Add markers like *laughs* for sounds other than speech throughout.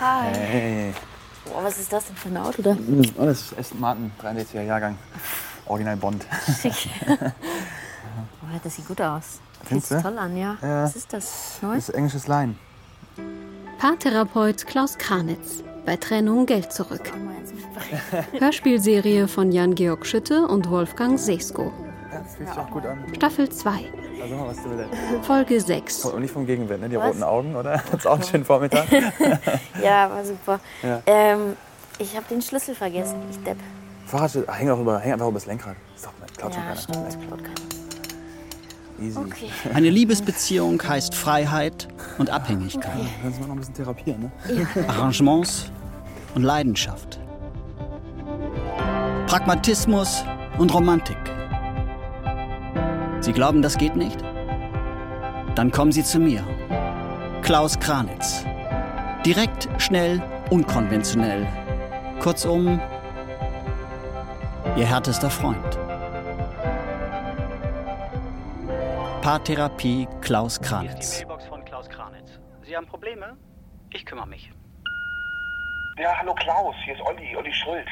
Hi. Hey. Boah, Oh, was ist das denn für ein Auto da? Oh, das ist Aston Martin, 63er Jahrgang. *laughs* Original Bond. Schick. Boah, Oh, das sieht gut aus. Fühlt Findest sich du? toll an, ja. Ja. Was ist das? Neu? Das ist englisches Line. Paartherapeut Klaus Kranitz. Bei Trennung Geld zurück. Komm mal jetzt *laughs* mit. *laughs* Hörspielserie von Jan-Georg Schütte und Wolfgang Sesko. Ja, das fühlt sich auch gut an. Staffel 2, Also *laughs* mal was du willst. Folge 6. Und nicht vom Gegenwind, ne? Die Was? roten Augen, oder? *laughs* Hat's auch einen *laughs* schönen Vormittag. Ja, war super. Ja. Ähm, ich habe den Schlüssel vergessen. Ich depp. Fahrrad, häng, auch über, häng einfach über das Lenkrad. Ist doch, klaut Ja, schon stimmt. keiner. Das klaut keiner. Easy. Okay. Eine Liebesbeziehung heißt Freiheit und Abhängigkeit, Können Sie mal noch ein bisschen therapieren, ne? Arrangements und Leidenschaft. Pragmatismus und Romantik. Sie glauben, das geht nicht? Dann kommen Sie zu mir. Klaus Kranitz. Direkt, schnell, unkonventionell. Kurzum, Ihr härtester Freund. Paartherapie Klaus Hier ist die Kranitz. Mailbox von Klaus Kranitz. Sie haben Probleme? Ich kümmere mich. Ja, hallo Klaus, hier ist Olli, Olli Schulz.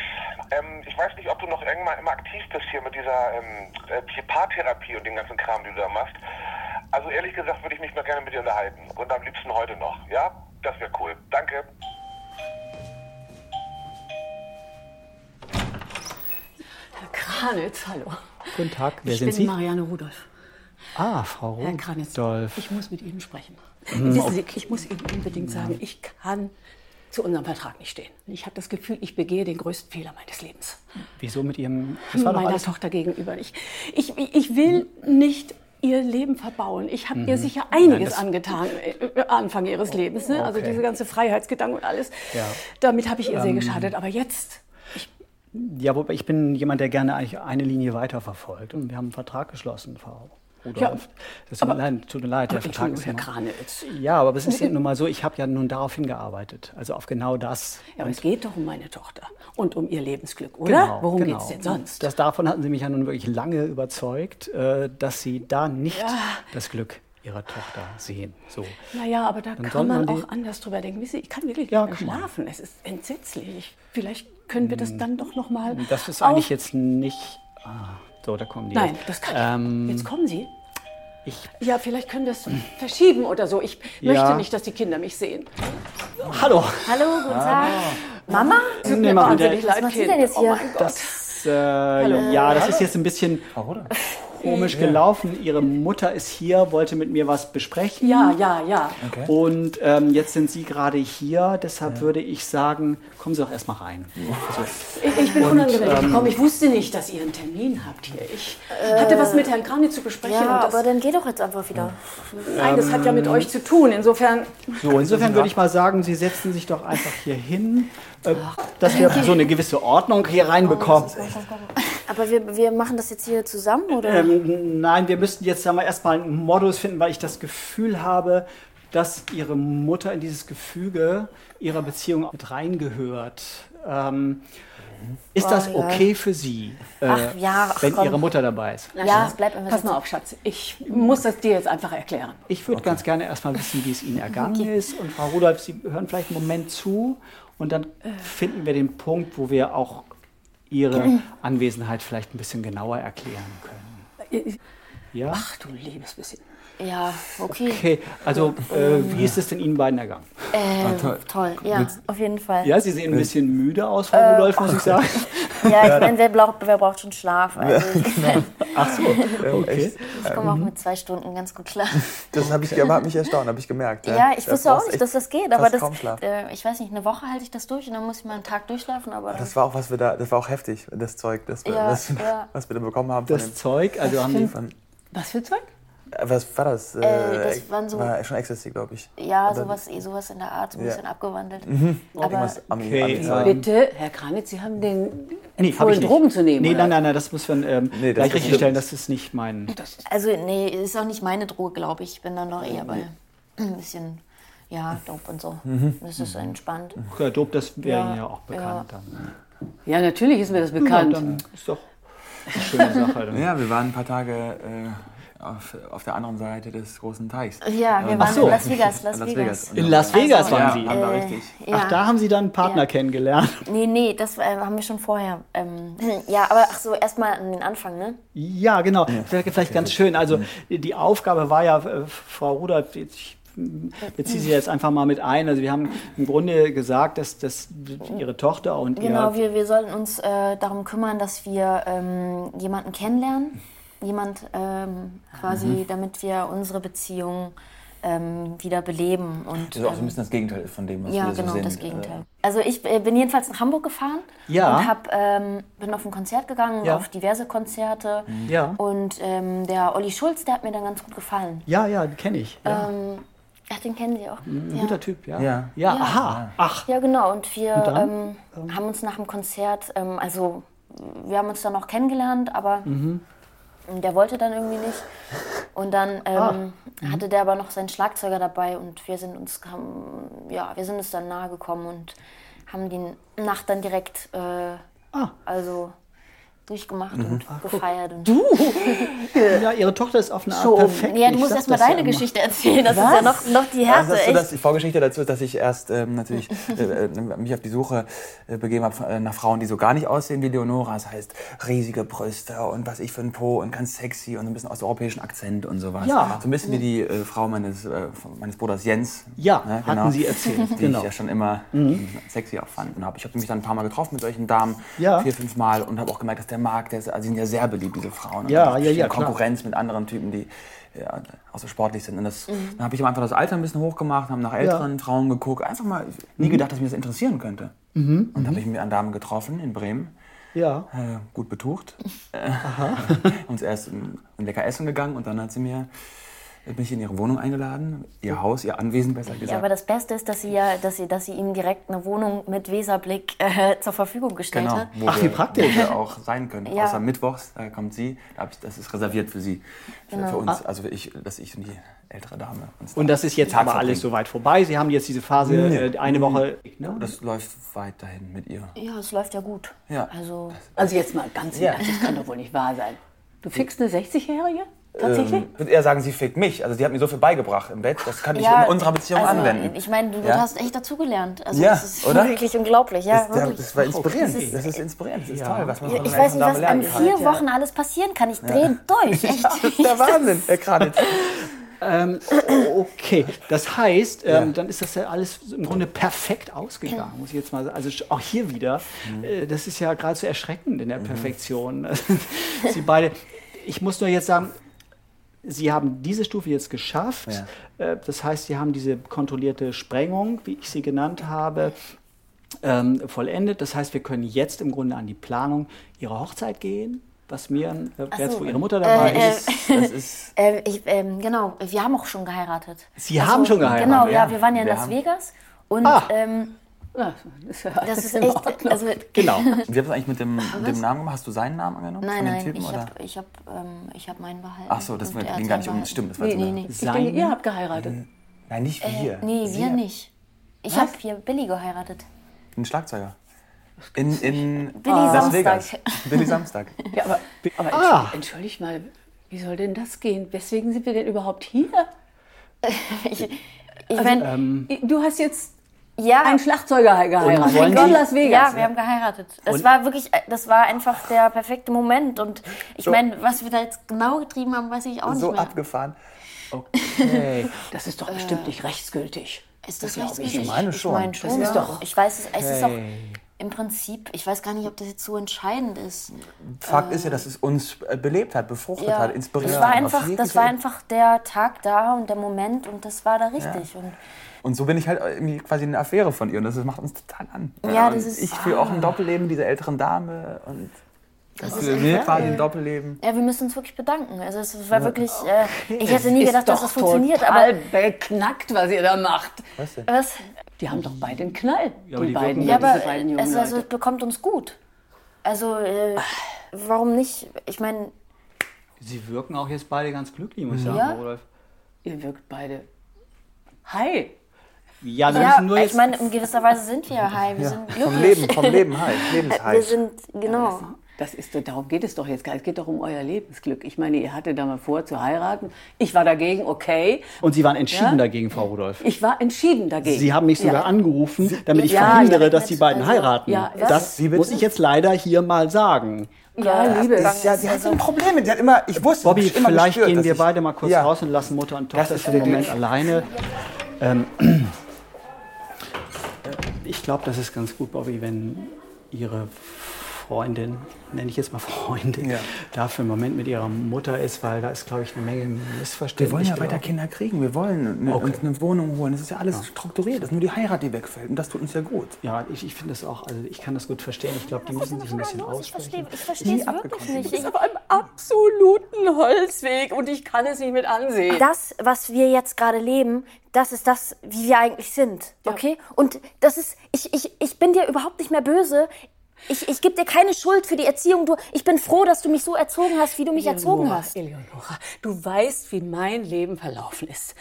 Ähm, ich weiß nicht, ob du noch irgendwann immer aktiv bist hier mit dieser ähm, äh, hier Paartherapie und dem ganzen Kram, den du da machst. Also ehrlich gesagt würde ich mich mal gerne mit dir unterhalten und am liebsten heute noch, ja? Das wäre cool. Danke. Kranitz, hallo. Guten Tag, wer ich sind bin Sie? Marianne Rudolph. Ah, Frau Herr Kranitz, Rudolph. Mhm. Oh. ich muss mit Ihnen sprechen. Wissen Sie, ich muss Ihnen unbedingt sagen, ich kann zu unserem Vertrag nicht stehen. Ich habe das Gefühl, ich begehe den größten Fehler meines Lebens. Wieso mit Ihrem... Das war doch meiner alles... Tochter gegenüber. Ich, ich, ich will nicht ihr Leben verbauen. Ich habe ihr sicher einiges Mhm. das- Oh, angetan äh, Anfang ihres Lebens. Ne? Also okay. diese ganze Freiheitsgedanken und alles. Ja. Ähm, Damit habe ich ihr sehr geschadet. Aber jetzt, Ja, wobei ich bin jemand, der gerne eigentlich eine Linie weiter verfolgt. Und wir haben einen Vertrag geschlossen, Frau Rudolph. Ja, das tut, mir leid, tut mir leid, der Vertrag Entschuldigung, ist Herr immer- Kranitz. Ja, aber es ist ja nun mal so, ich habe ja nun darauf hingearbeitet. Also auf genau das. Ja, aber Und- es geht doch um meine Tochter und um ihr Lebensglück, oder? Worum genau. geht's denn sonst? Das, davon hatten Sie mich ja nun wirklich lange überzeugt, äh, dass Sie da nicht das Glück Ihrer Tochter sehen. So. naja, aber da kann sollte man man die- auch anders drüber denken. Wissen Sie, ich kann wirklich nicht Ja, mehr kann man. schlafen. Es ist entsetzlich. Ich, vielleicht können wir das dann doch noch mal. Mm. Das ist auf- eigentlich jetzt nicht... Ah, so, da kommen die Nein, jetzt. das kann Ähm, ich. Jetzt kommen Sie. Ich Ja, vielleicht können wir es verschieben oder so. Ich möchte Ja. nicht, dass die Kinder mich sehen. Hallo. Hallo, guten Tag. Mama? Tut Nee, mir machen wir- wahnsinnig leid, Was macht sie Kind. denn jetzt hier? Oh mein Gott. Das, äh, ja, das ist jetzt ein bisschen komisch gelaufen. Ihre Mutter ist hier, wollte mit mir was besprechen. ja, ja, ja. Und ähm, jetzt sind Sie gerade hier, deshalb würde ich sagen, kommen Sie doch erstmal rein. Ich, ich bin unangenehm ähm, gekommen. Ich wusste nicht, dass ihr einen Termin habt hier. Ich hatte was mit Herrn Kranitz zu besprechen. Äh, Ja, und das, aber dann geh doch jetzt einfach wieder. nein, das hat ja Ähm, mit euch zu tun. Insofern So, *laughs* insofern würde ich mal sagen, Sie setzen sich doch einfach hier hin, äh, dass wir so eine gewisse Ordnung hier reinbekommen. Aber wir, wir machen das jetzt hier zusammen, oder? Ähm, nein, wir müssten jetzt sagen wir, erstmal einen Modus finden, weil ich das Gefühl habe, dass ihre Mutter in dieses Gefüge ihrer Beziehung mit reingehört. Ähm, ist das Oh, ja. okay für Sie, äh, Ach ja, ach wenn komm. Ihre Mutter dabei ist? ja, es bleibt einfach Pass mal auf, Schatz. Ich muss das dir jetzt einfach erklären. Ich würde ganz gerne erstmal wissen, wie es Ihnen ergangen ist. Und Frau Rudolph, Sie hören vielleicht einen Moment zu und dann Äh. finden wir den Punkt, wo wir auch Äh. Ihre Anwesenheit vielleicht ein bisschen genauer erklären können. Äh, Ja? Ach du liebes bisschen. Ja, okay. Okay, also äh, wie ist es denn Ihnen beiden ergangen? Ähm, toll. toll. ja, auf jeden Fall. Ja, Ja, Sie sehen ein bisschen müde aus, Frau Rudolph, muss ich sagen. ich meine, wer braucht, wer braucht schon Schlaf? Also, *laughs* Okay. ich komme auch mit zwei Stunden ganz gut klar. Das hab ich, ge- hat mich erstaunt, habe ich gemerkt. *laughs* Ja, ich Das wusste auch brauchst nicht, echt dass das geht, aber fast das, kaum Schlaf. äh, ich weiß nicht, eine Woche halte ich das durch und dann muss ich mal einen Tag durchschlafen, aber Das war auch was wir da, das war auch heftig, das Zeug, das wir, Ja, das, ja. was wir da bekommen haben. Von Das Zeug, also haben die, dem, Was für Zeug? von, äh, was war das? Äh, das waren so- war schon Ecstasy, glaube ich. ja, sowas, eh, sowas in der Art, so ein Ja. Mhm. bisschen abgewandelt. Aber Irgendwas Ami, Okay, Ami Zeug. Bitte, Herr Kranitz, Sie haben den nee, hab empfohlen, ich nicht. Drogen zu nehmen. Nee, oder? nein, nein, nein, das muss man ähm, Nee, das gleich ist richtig nicht- stellen, das ist nicht mein... also, nee, ist auch nicht meine Droge, glaube ich. Ich bin dann doch eher bei ein bisschen, ja, Dope und so. Mhm. Das ist entspannt. Ja, Dope, das wäre Ja, Ihnen ja auch bekannt. Dann. Ja, natürlich ist mir das bekannt. Dann ist doch eine schöne Sache. Dann. Ja, wir waren ein paar Tage äh, auf, auf der anderen Seite des großen Teichs. Ja, wir Ähm, waren so. in Las Vegas. Las, Las Vegas. Vegas. In Las Vegas Also, waren ja, Sie. haben wir richtig. Ja. Ach, da haben Sie dann einen Partner Ja. kennengelernt. Nee, nee, das äh, haben wir schon vorher. Ähm, *clears throat* ja, aber ach so, erstmal an den Anfang, ne? Ja, genau. Vielleicht, vielleicht ganz schön. Also die Aufgabe war ja, äh, Frau Rudolph, jetzt- ich m, beziehe sie jetzt einfach mal mit ein. Also wir haben im Grunde gesagt, dass, dass ihre Tochter und Genau, ihr wir, wir sollten uns äh, darum kümmern, dass wir ähm, jemanden kennenlernen. Jemand ähm, quasi, Mhm. damit wir unsere Beziehung ähm, wieder beleben. Und, Das ist Also auch so ein ähm, bisschen das Gegenteil von dem, was ja, wir so genau, sehen. äh, das Gegenteil. Also ich äh, bin jedenfalls nach Hamburg gefahren Ja. und hab, ähm, bin auf ein Konzert gegangen, Ja. auf diverse Konzerte. Ja. Und ähm, der Olli Schulz, der hat mir dann ganz gut gefallen. Ja, ja, die kenne ich. Ja. Ähm, ach, den kennen Sie auch. Ein Ja. guter Typ, ja. Ja. ja, aha. Ach, Ja, genau. Und wir dann? ähm, haben uns nach dem Konzert, ähm, also wir haben uns dann noch kennengelernt, aber Mhm. der wollte dann irgendwie nicht. Und dann Ah. ähm, Mhm. hatte der aber noch seinen Schlagzeuger dabei und wir sind uns, haben, ja, wir sind uns dann nahe gekommen und haben die Nacht dann direkt, äh, Ah. also durchgemacht und gefeiert. Und Mhm. du! ja, ihre Tochter ist auf eine Art perfekt. ja, du Ich musst sag erst mal das ja deine immer. Geschichte erzählen. Das ist ja noch, noch die Härte. Also das ist so echt. das, die Vorgeschichte dazu ist, dass ich erst ähm, natürlich äh, äh, mich auf die Suche äh, begeben habe äh, nach Frauen, die so gar nicht aussehen wie Leonora. Das heißt, riesige Brüste und was ich für ein Po und ganz sexy und so ein bisschen osteuropäischen Akzent und sowas. Ja. So ein bisschen wie die äh, Frau meines, äh, meines Bruders Jens. Ne, Ja, hatten Sie erzählt, Die genau. ich ja schon immer ähm, sexy auch fand. Und hab, ich habe mich dann ein paar Mal getroffen mit solchen Damen, Ja. vier, fünf Mal und habe auch gemerkt, dass der Markt, der ist, also die sind ja sehr beliebt, diese Frauen. Und Ja, die ja, ja, stehen klar. Konkurrenz mit anderen Typen, die ja, auch so sportlich sind. Und das, Mhm. Dann habe ich einfach das Alter ein bisschen hochgemacht, haben nach älteren Frauen geguckt. Einfach mal nie Mhm. gedacht, dass mich das interessieren könnte. Und dann habe ich mich an Damen getroffen in Bremen, Ja. äh, gut betucht. Äh, *laughs* uns erst ein, ein lecker essen gegangen und dann hat sie mir hat mich in ihre Wohnung eingeladen, ihr Haus, ihr Anwesen besser gesagt. Mhm. Ja, aber das Beste ist, dass sie ja, dass sie, dass sie ihm direkt eine Wohnung mit Weserblick äh, zur Verfügung gestellt Genau, hat. wo Ach, wie wir, praktisch. Wo wir auch sein können. Ja. Außer mittwochs, da kommt sie, da hab ich, das ist reserviert für sie, für, Genau. für Ah. uns. Also ich, dass ich und die ältere Dame. Uns Und das ist jetzt Tag aber alles verbringen. soweit vorbei. Sie haben jetzt diese Phase äh, eine Woche. Ne? Das läuft weiterhin mit ihr. Ja, es läuft ja gut. Ja. Also Also jetzt mal ganz Ja. ehrlich, das kann doch wohl nicht wahr sein. Du fickst eine 60-Jährige? Tatsächlich? Ähm, Ähm. Ich würde eher sagen, sie fickt mich. Also sie hat mir so viel beigebracht im Bett, das kann ich ja, in unserer Beziehung also, anwenden. Ich meine, du, du Ja. hast echt dazugelernt. Also Ja, das ist *laughs* oder? wirklich unglaublich. Ja, das, wirklich. das war inspirierend. Das ist- Das ist inspirierend. Das ist toll, was man von ich einer weiß nicht, älteren was Dame in lernen kann. *laughs* vier Wochen alles passieren kann. Ich drehe durch. Echt. Das ist der Wahnsinn, Herr Kranitz. *laughs* Okay, das heißt, ähm, Ja. dann ist das ja alles im Grunde perfekt ausgegangen, muss ich jetzt mal sagen. Also sch- auch hier wieder, äh, das ist ja geradezu erschreckend in der Perfektion. *laughs* Sie beide, ich muss nur jetzt sagen, Sie haben diese Stufe jetzt geschafft. Äh, das heißt, Sie haben diese kontrollierte Sprengung, wie ich sie genannt habe, ähm, vollendet. Das heißt, wir können jetzt im Grunde an die Planung Ihrer Hochzeit gehen. Was mir, äh, jetzt so, wo Ihre Mutter dabei äh, ist. Das ist Ähm, ich, ähm, genau, wir haben auch schon geheiratet. Sie haben schon geheiratet? Genau, ja, Ja, wir waren ja in wir Las haben- Vegas und Ah. ähm, Ja, das ist ja alles das ist in echt. Ordnung. Also, *laughs* Genau. Wie habt ihr das eigentlich mit dem, mit dem Namen gemacht? Hast du seinen Namen angenommen? Nein, von dem nein, Typen, ich oder? habe ich hab, ähm, ich hab meinen behalten. Ach so, das und er ging hat gar nicht seinen um. Stimmt, das war behalten. jetzt Nee, eine- nee, nee. *laughs* Ich denke, Sein, ihr habt Mhm. geheiratet. Nein, nicht wir. Äh, Nee, Sie wir hat nicht. Ich habe hier Billy geheiratet. Einen Schlagzeuger. In, in Billy Las Samstag. Vegas. *laughs* Billy Samstag. Ja, aber, aber Ah. entschuldigt entschuldig mal, wie soll denn das gehen? Weswegen sind wir denn überhaupt hier? Also, Ich mein, ähm, Du hast jetzt ja, einen Schlagzeuger Und geheiratet. wollen in Sie- Las Vegas. ja, wir haben geheiratet. Das war wirklich, äh, das war einfach der perfekte Moment. Und ich meine, was wir da jetzt genau getrieben haben, weiß ich auch So nicht mehr. abgefahren. Das ist doch Äh. bestimmt nicht rechtsgültig. Ist das, glaub ich rechtsgültig? nicht. meine schon. Ich meine schon. ja. ist doch- ich weiß es, es ist auch im Prinzip, ich weiß gar nicht, ob das jetzt so entscheidend ist. Fakt ist ja, dass es uns äh, belebt hat, befruchtet Ja, hat, inspiriert das war hat. auf einfach, das jegliche- war einfach der Tag da und der Moment und das war da richtig. Und Und so bin ich halt irgendwie quasi eine Affäre von ihr und das macht uns total an. Ja, und das ist- Ah. Ich fühle auch ein Doppelleben dieser älteren Dame und das für mir quasi ein Doppelleben. ja, wir müssen uns wirklich bedanken. Also es war wirklich, äh, ich hätte nie oh. *laughs* Ist gedacht, dass doch das funktioniert, total aber beknackt, was ihr da macht. was? Die haben doch beide einen Knall. aber die, die beiden, wirken Ja, diese aber beiden jungen es, also, Leute. Ah. es bekommt uns gut. Also, äh, warum nicht? Ich meine, Sie wirken auch jetzt beide ganz glücklich, muss ich sagen, Ja. Frau Rudolph. Ihr wirkt beide. Hi. Ja, wir ja, müssen nur ich jetzt. *laughs* meine, in gewisser Weise sind wir high, wir sind Vom glücklich. *laughs* Leben, vom Leben halt, Wir Lebenshalt. sind, genau. Das ist, doch- darum geht es doch jetzt gar nicht. Es geht doch um euer Lebensglück. Ich meine, ihr hattet da mal vor zu heiraten. Ich war dagegen, okay. Und Sie waren entschieden Ja? dagegen, Frau Rudolph. Ich war entschieden dagegen. Sie haben mich sogar ja. angerufen, damit ich Ja, verhindere, ja, dass die beiden also, heiraten. ja, ja. das Wie bitte? muss ich jetzt leider hier mal sagen. Ja, liebe. Das ist ja, sie hat so ein Problem mit. Sie hat immer, ich wusste, Bobby, ich hab immer vielleicht gespürt, gehen dass wir ich- beide mal kurz ja. raus und lassen Mutter und Tochter ist für den der Moment Weg. alleine. Ähm, ich glaube, das ist ganz gut, Bobby, wenn Ihre Freundin, nenne ich jetzt mal Freundin, Ja. da für einen Moment mit ihrer Mutter ist, weil da ist, glaube ich, eine Menge Wir wollen Missverständnis. ja weiter Kinder kriegen. Wir wollen eine, Okay. uns eine Wohnung holen. Das ist ja alles strukturiert. Das ist nur die Heirat, die wegfällt. Und das tut uns ja gut. Ja, ich, ich finde das auch, also ich kann das gut verstehen. Ich glaube, die Was ist müssen denn sich mit ein meiner bisschen los? Ich aussprechen. verstehe ich verstehe es wirklich nicht. Ich, auf einem absoluten Holzweg und ich kann es nicht mit ansehen. das, was wir jetzt gerade leben, das ist das, wie wir eigentlich sind. Okay? Und das ist, ich, ich, ich bin dir überhaupt nicht mehr böse. Ich, ich gebe dir keine Schuld für die Erziehung. Du, ich bin froh, dass du mich so erzogen hast, wie du mich erzogen Eleonora, hast. Eleonora, du weißt, wie mein Leben verlaufen ist.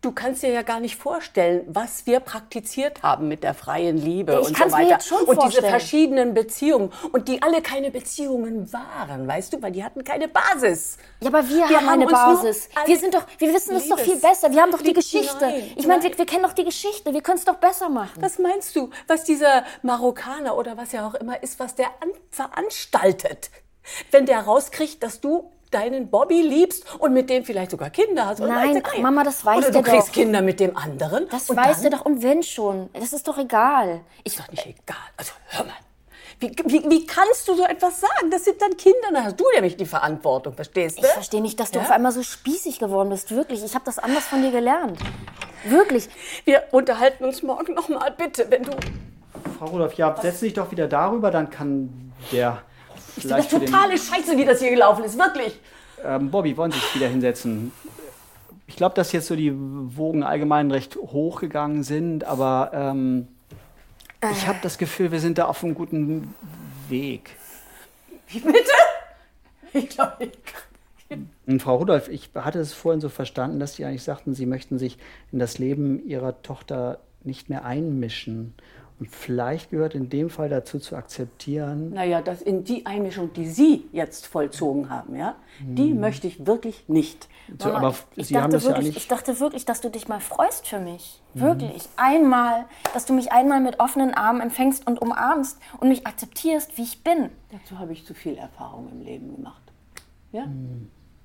Du kannst dir ja gar nicht vorstellen, was wir praktiziert haben mit der freien Liebe Ich und so kann's mir weiter. jetzt schon und diese vorstellen. verschiedenen Beziehungen und die alle keine Beziehungen waren, weißt du, weil die hatten keine Basis. Ja, aber wir, haben eine uns nur Basis. alle- Wir sind doch, wir wissen es doch viel Liebes- besser. Wir haben doch die Lieb- Geschichte. Nein, ich meine, nein. wir, wir kennen doch die Geschichte. Wir können es doch besser machen. Was meinst du, was dieser Marokkaner oder was er auch immer ist, was der an, veranstaltet, wenn der rauskriegt, dass du deinen Bobby liebst und mit dem vielleicht sogar Kinder hast? oder Nein, Eiserei. Mama, das weiß Oder du der kriegst doch. Kinder mit dem anderen. das und weißt du dann doch. Und wenn schon, das ist doch egal. Ich, Ist doch nicht egal. Also hör mal. Wie, wie, wie kannst du so etwas sagen? Das sind dann Kinder. Dann hast du nämlich die Verantwortung, verstehst ne? du? ich verstehe nicht, dass du Ja? auf einmal so spießig geworden bist. Wirklich, ich habe das anders von dir gelernt. Wirklich. Wir unterhalten uns morgen nochmal, bitte, wenn du Frau Rudolph, ja, setzen Sie sich doch wieder darüber, dann kann der Das vielleicht ist für doch den... totale Scheiße, wie das hier gelaufen ist, wirklich. Ähm, Bobby, wollen Sie sich wieder hinsetzen? Ich glaube, dass jetzt so die Wogen allgemein recht hochgegangen sind, aber ähm, ich habe das Gefühl, wir sind da auf einem guten Weg. Wie bitte? Ich glaube, ich kann. Und Frau Rudolph, ich hatte es vorhin so verstanden, dass Sie eigentlich sagten, Sie möchten sich in das Leben Ihrer Tochter nicht mehr einmischen. Und vielleicht gehört in dem Fall dazu zu akzeptieren, Naja, das in die Einmischung, die Sie jetzt vollzogen haben, ja, die möchte ich wirklich nicht. zu, Mama, aber ich, ich, Sie haben dachte das ja wirklich, eigentlich. Mhm. ich dachte wirklich, dass du dich mal freust für mich. Wirklich. Einmal. Dass du mich einmal mit offenen Armen empfängst und umarmst und mich akzeptierst, wie ich bin. Dazu habe ich zu viel Erfahrung im Leben gemacht. Ja?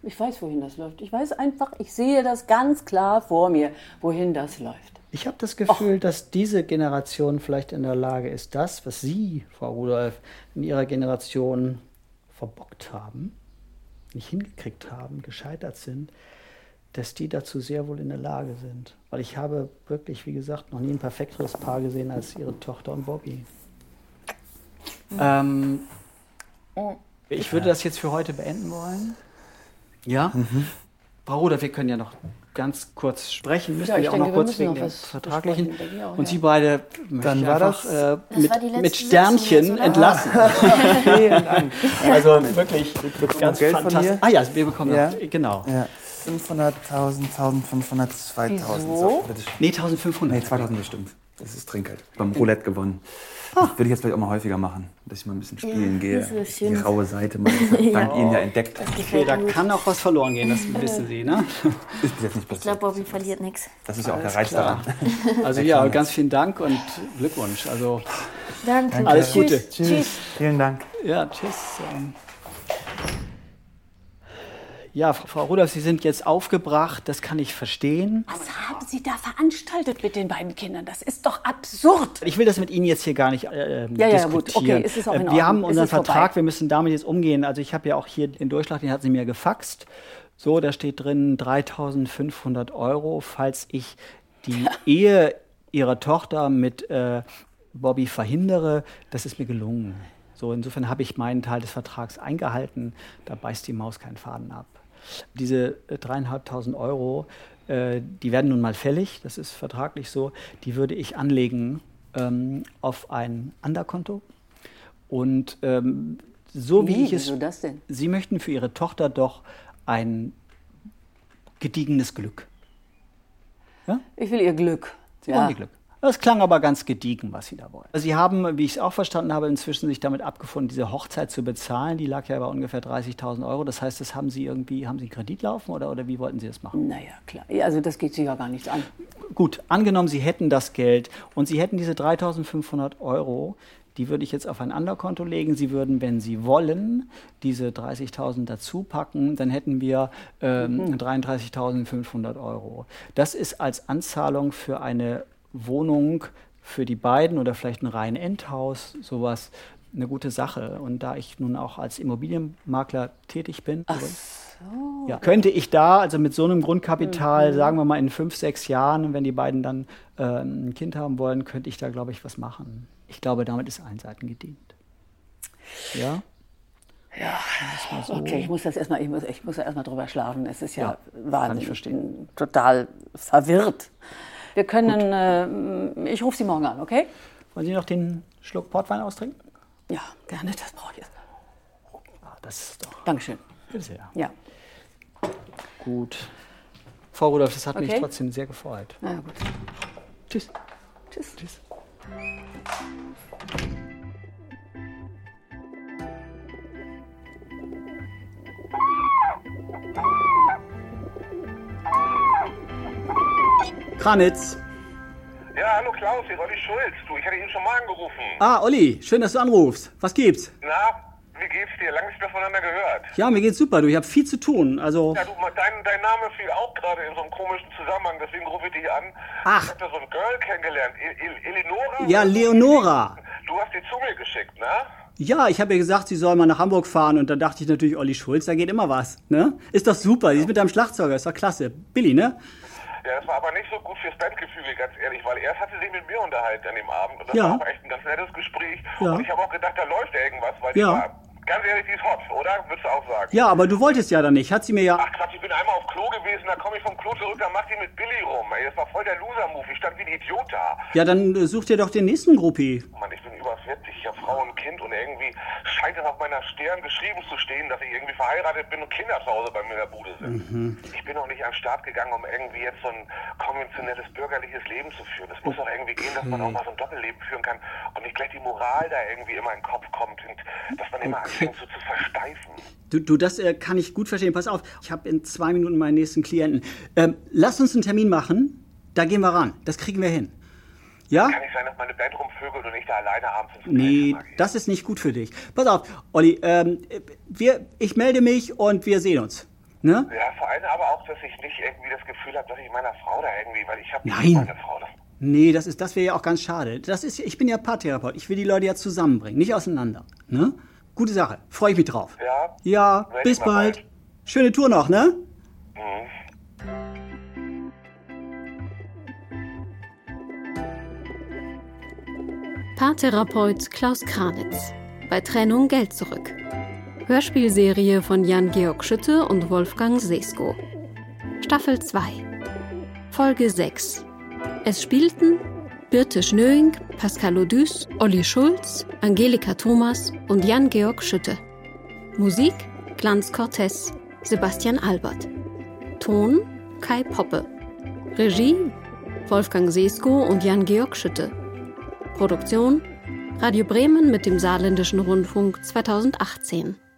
Ich weiß, wohin das läuft. Ich weiß einfach, ich sehe das ganz klar vor mir, wohin das läuft. Ich habe das Gefühl, dass diese Generation vielleicht in der Lage ist, das, was Sie, Frau Rudolph, in Ihrer Generation verbockt haben, nicht hingekriegt haben, gescheitert sind, dass die dazu sehr wohl in der Lage sind. Weil ich habe wirklich, wie gesagt, noch nie ein perfekteres Paar gesehen als Ihre Tochter und Bobby. Ähm, Oh. ich würde das jetzt für heute beenden wollen. Ja? Frau Ruder, wir können ja noch ganz kurz sprechen. Müssen Ja, ich wir auch denke, noch wir kurz müssen wegen noch dem was Vertraglichen. besprechen, denke ich auch, Und ja. Sie beide möchte ich war einfach das- äh, war die mit, letzte mit Sitzung Sternchen Ah. jetzt, oder? *laughs* entlassen. Vielen Dank. Also wirklich ganz Geld von fantastisch. dir? Ah ja, wir bekommen Ja. noch, genau. Ja. 500.000, 1.500, 2.000. So, bitte schön. Nee, 1500. Nee, 2.000 bestimmt. Das ist Trinkgeld. Beim Roulette gewonnen. Das würde ich jetzt vielleicht auch mal häufiger machen, dass ich mal ein bisschen spielen gehe. Die raue Seite *laughs* mal. Ich hab dank Ihnen ja entdeckt. Okay, da kann auch was verloren gehen, das *laughs* wissen Sie, ne? Ist bis jetzt nicht Ich passiert. glaube, Bobby verliert nichts. Das ist ja auch der Reiz daran. Also ja, ganz vielen Dank und Glückwunsch. Also Danke. alles Gute. Tschüss. Vielen Dank. Ja, tschüss. ähm. Ja, Frau- Frau Rudolph, Sie sind jetzt aufgebracht, das kann ich verstehen. Was haben Sie da veranstaltet mit den beiden Kindern? Das ist doch absurd. Ich will das mit Ihnen jetzt hier gar nicht äh, ähm, Ja, ja, gut. diskutieren. Okay, es ist auch in Äh, wir Ordnung. haben Es unseren ist vorbei. Vertrag, wir müssen damit jetzt umgehen. Also ich habe ja auch hier den Durchschlag, den hat sie mir gefaxt. So, da steht drin 3.500 Euro, falls ich die Ehe ihrer Tochter mit äh, Bobby verhindere. Das ist mir gelungen. So, insofern habe ich meinen Teil des Vertrags eingehalten. Da beißt die Maus keinen Faden ab. Diese äh, 3.500 Euro, äh, die werden nun mal fällig, das ist vertraglich so, die würde ich anlegen ähm, auf ein Anderkonto. Und ähm, so wie Wie? ich es. Wieso das denn? Sie möchten für Ihre Tochter doch ein gediegenes Glück. Ich will ihr Glück. Sie Ja. wollen ihr Glück. Das klang aber ganz gediegen, was sie da wollen. Also Sie haben, wie ich es auch verstanden habe, inzwischen sich damit abgefunden, diese Hochzeit zu bezahlen. Die lag ja bei ungefähr 30.000 Euro. Das heißt, das haben Sie irgendwie, haben Sie einen Kredit laufen oder, oder wie wollten Sie das machen? Naja, klar. Also das geht sich ja gar nicht an. Gut, angenommen, Sie hätten das Geld und Sie hätten diese 3.500 Euro, die würde ich jetzt auf ein anderes Konto legen. Sie würden, wenn Sie wollen, diese 30.000 dazu packen, dann hätten wir ähm, 33.500 Euro. Das ist als Anzahlung für eine Wohnung für die beiden oder vielleicht ein rein Endhaus, sowas, eine gute Sache. Und da ich nun auch als Immobilienmakler tätig bin, ja, könnte ich da, also mit so einem Mhm. Grundkapital, sagen wir mal in fünf, sechs Jahren, wenn die beiden dann äh, ein Kind haben wollen, könnte ich da, glaube ich, was machen. Ich glaube, damit ist allen Seiten gedient. Ja? Okay, ich muss das erstmal, ich muss, ich muss da erstmal drüber schlafen. Es ist ja, Ja, wahnsinnig. ich verstehen. bin Total verwirrt. Wir können, äh, ich rufe Sie morgen an, okay? Wollen Sie noch den Schluck Portwein austrinken? Ja, gerne, das brauche ich jetzt. Ah, das ist doch Dankeschön. sehr Ja, gut. Frau Rudolph, das hat mich Okay. trotzdem sehr gefreut. na gut. Tschüss. Tschüss. Tschüss. Kranitz. Ja, hallo Klaus, hier ist Olli Schulz. Du, ich hatte ihn schon mal angerufen. Ah, Olli, schön, dass du anrufst. Was gibt's? Na, wie geht's dir? Lange nicht mehr voneinander gehört. Ja, mir geht's super. Du, ich habe viel zu tun. Also, Ja, du, dein, dein Name fiel auch gerade in so einem komischen Zusammenhang, deswegen rufe ich dich an. Ach. Ich hab da so ein Girl kennengelernt. Il Il Eleonora? ja, Leonora. Du hast die zu mir geschickt, ne? Ja, ich habe ihr gesagt, sie soll mal nach Hamburg fahren. Und dann dachte ich natürlich, Olli Schulz, da geht immer was. Ne? Ist doch super. Sie ist mit deinem Schlagzeuger. Ist doch klasse. Billy, ne? Ja, das war aber nicht so gut fürs Bandgefüge, ganz ehrlich, weil erst hat sie sich mit mir unterhalten an dem Abend. Und das Ja. war aber echt ein ganz nettes Gespräch. Ja. Und ich habe auch gedacht, da läuft ja irgendwas, weil Ja. die war, ganz ehrlich, die ist hot, oder? Würdest du auch sagen? Ja, aber du wolltest ja dann nicht. Hat sie mir ja. Ach Quatsch, ich bin einmal auf Klo gewesen, da komme ich vom Klo zurück, da macht die mit Billy rum. Ey, das war voll der Loser-Move, ich stand wie ein Idiot da. Ja, dann äh, such dir doch den nächsten Gruppi. Oh Mann, ich bin über 40, ich habe Frau und Kind und irgendwie scheint es auf meiner Stirn geschrieben zu stehen, dass ich irgendwie verheiratet bin und Kinder zu Hause bei mir in der Bude sind. Mhm. Ich bin auch nicht an den Start gegangen, um irgendwie jetzt so ein konventionelles bürgerliches Leben zu führen. Es muss doch irgendwie gehen, dass man auch mal so ein Doppelleben führen kann und nicht gleich die Moral da irgendwie immer in den Kopf kommt und dass man immer anfängt so zu versteifen. Du, du das äh, kann ich gut verstehen. Pass auf, ich habe in zwei Minuten meinen nächsten Klienten. Ähm, lass uns einen Termin machen. Da gehen wir ran. Das kriegen wir hin. Ja? Kann nicht sein, dass meine Band rumvögelt und ich da alleine abends ins Nee, Hotelzimmer gehe. das ist nicht gut für dich. Pass auf, Olli, ähm, wir, ich melde mich und wir sehen uns. Ne? Ja, vor allem aber auch, dass ich nicht irgendwie das Gefühl habe, dass ich meiner Frau da irgendwie, weil ich habe Nein. meine Frau das Nee, das ist, das wäre ja auch ganz schade. Das ist, ich bin ja Paartherapeut. Ich will die Leute ja zusammenbringen, nicht auseinander. Ne? Gute Sache. Freue ich mich drauf. Ja. Ja, Werde bis ich mal bald. Schöne Tour noch, ne? Paartherapeut Klaus Kranitz. Bei Trennung Geld zurück. Hörspielserie von Jan-Georg Schütte und Wolfgang Sesko. Staffel 2. Folge 6. Es spielten Birte Schnöing, Pascal Odüs, Olli Schulz, Angelika Thomas und Jan-Georg Schütte. Musik Glanz Cortez, Sebastian Albert. Ton Kai Poppe. Regie Wolfgang Sesko und Jan-Georg Schütte. Produktion Radio Bremen mit dem Saarländischen Rundfunk 2018.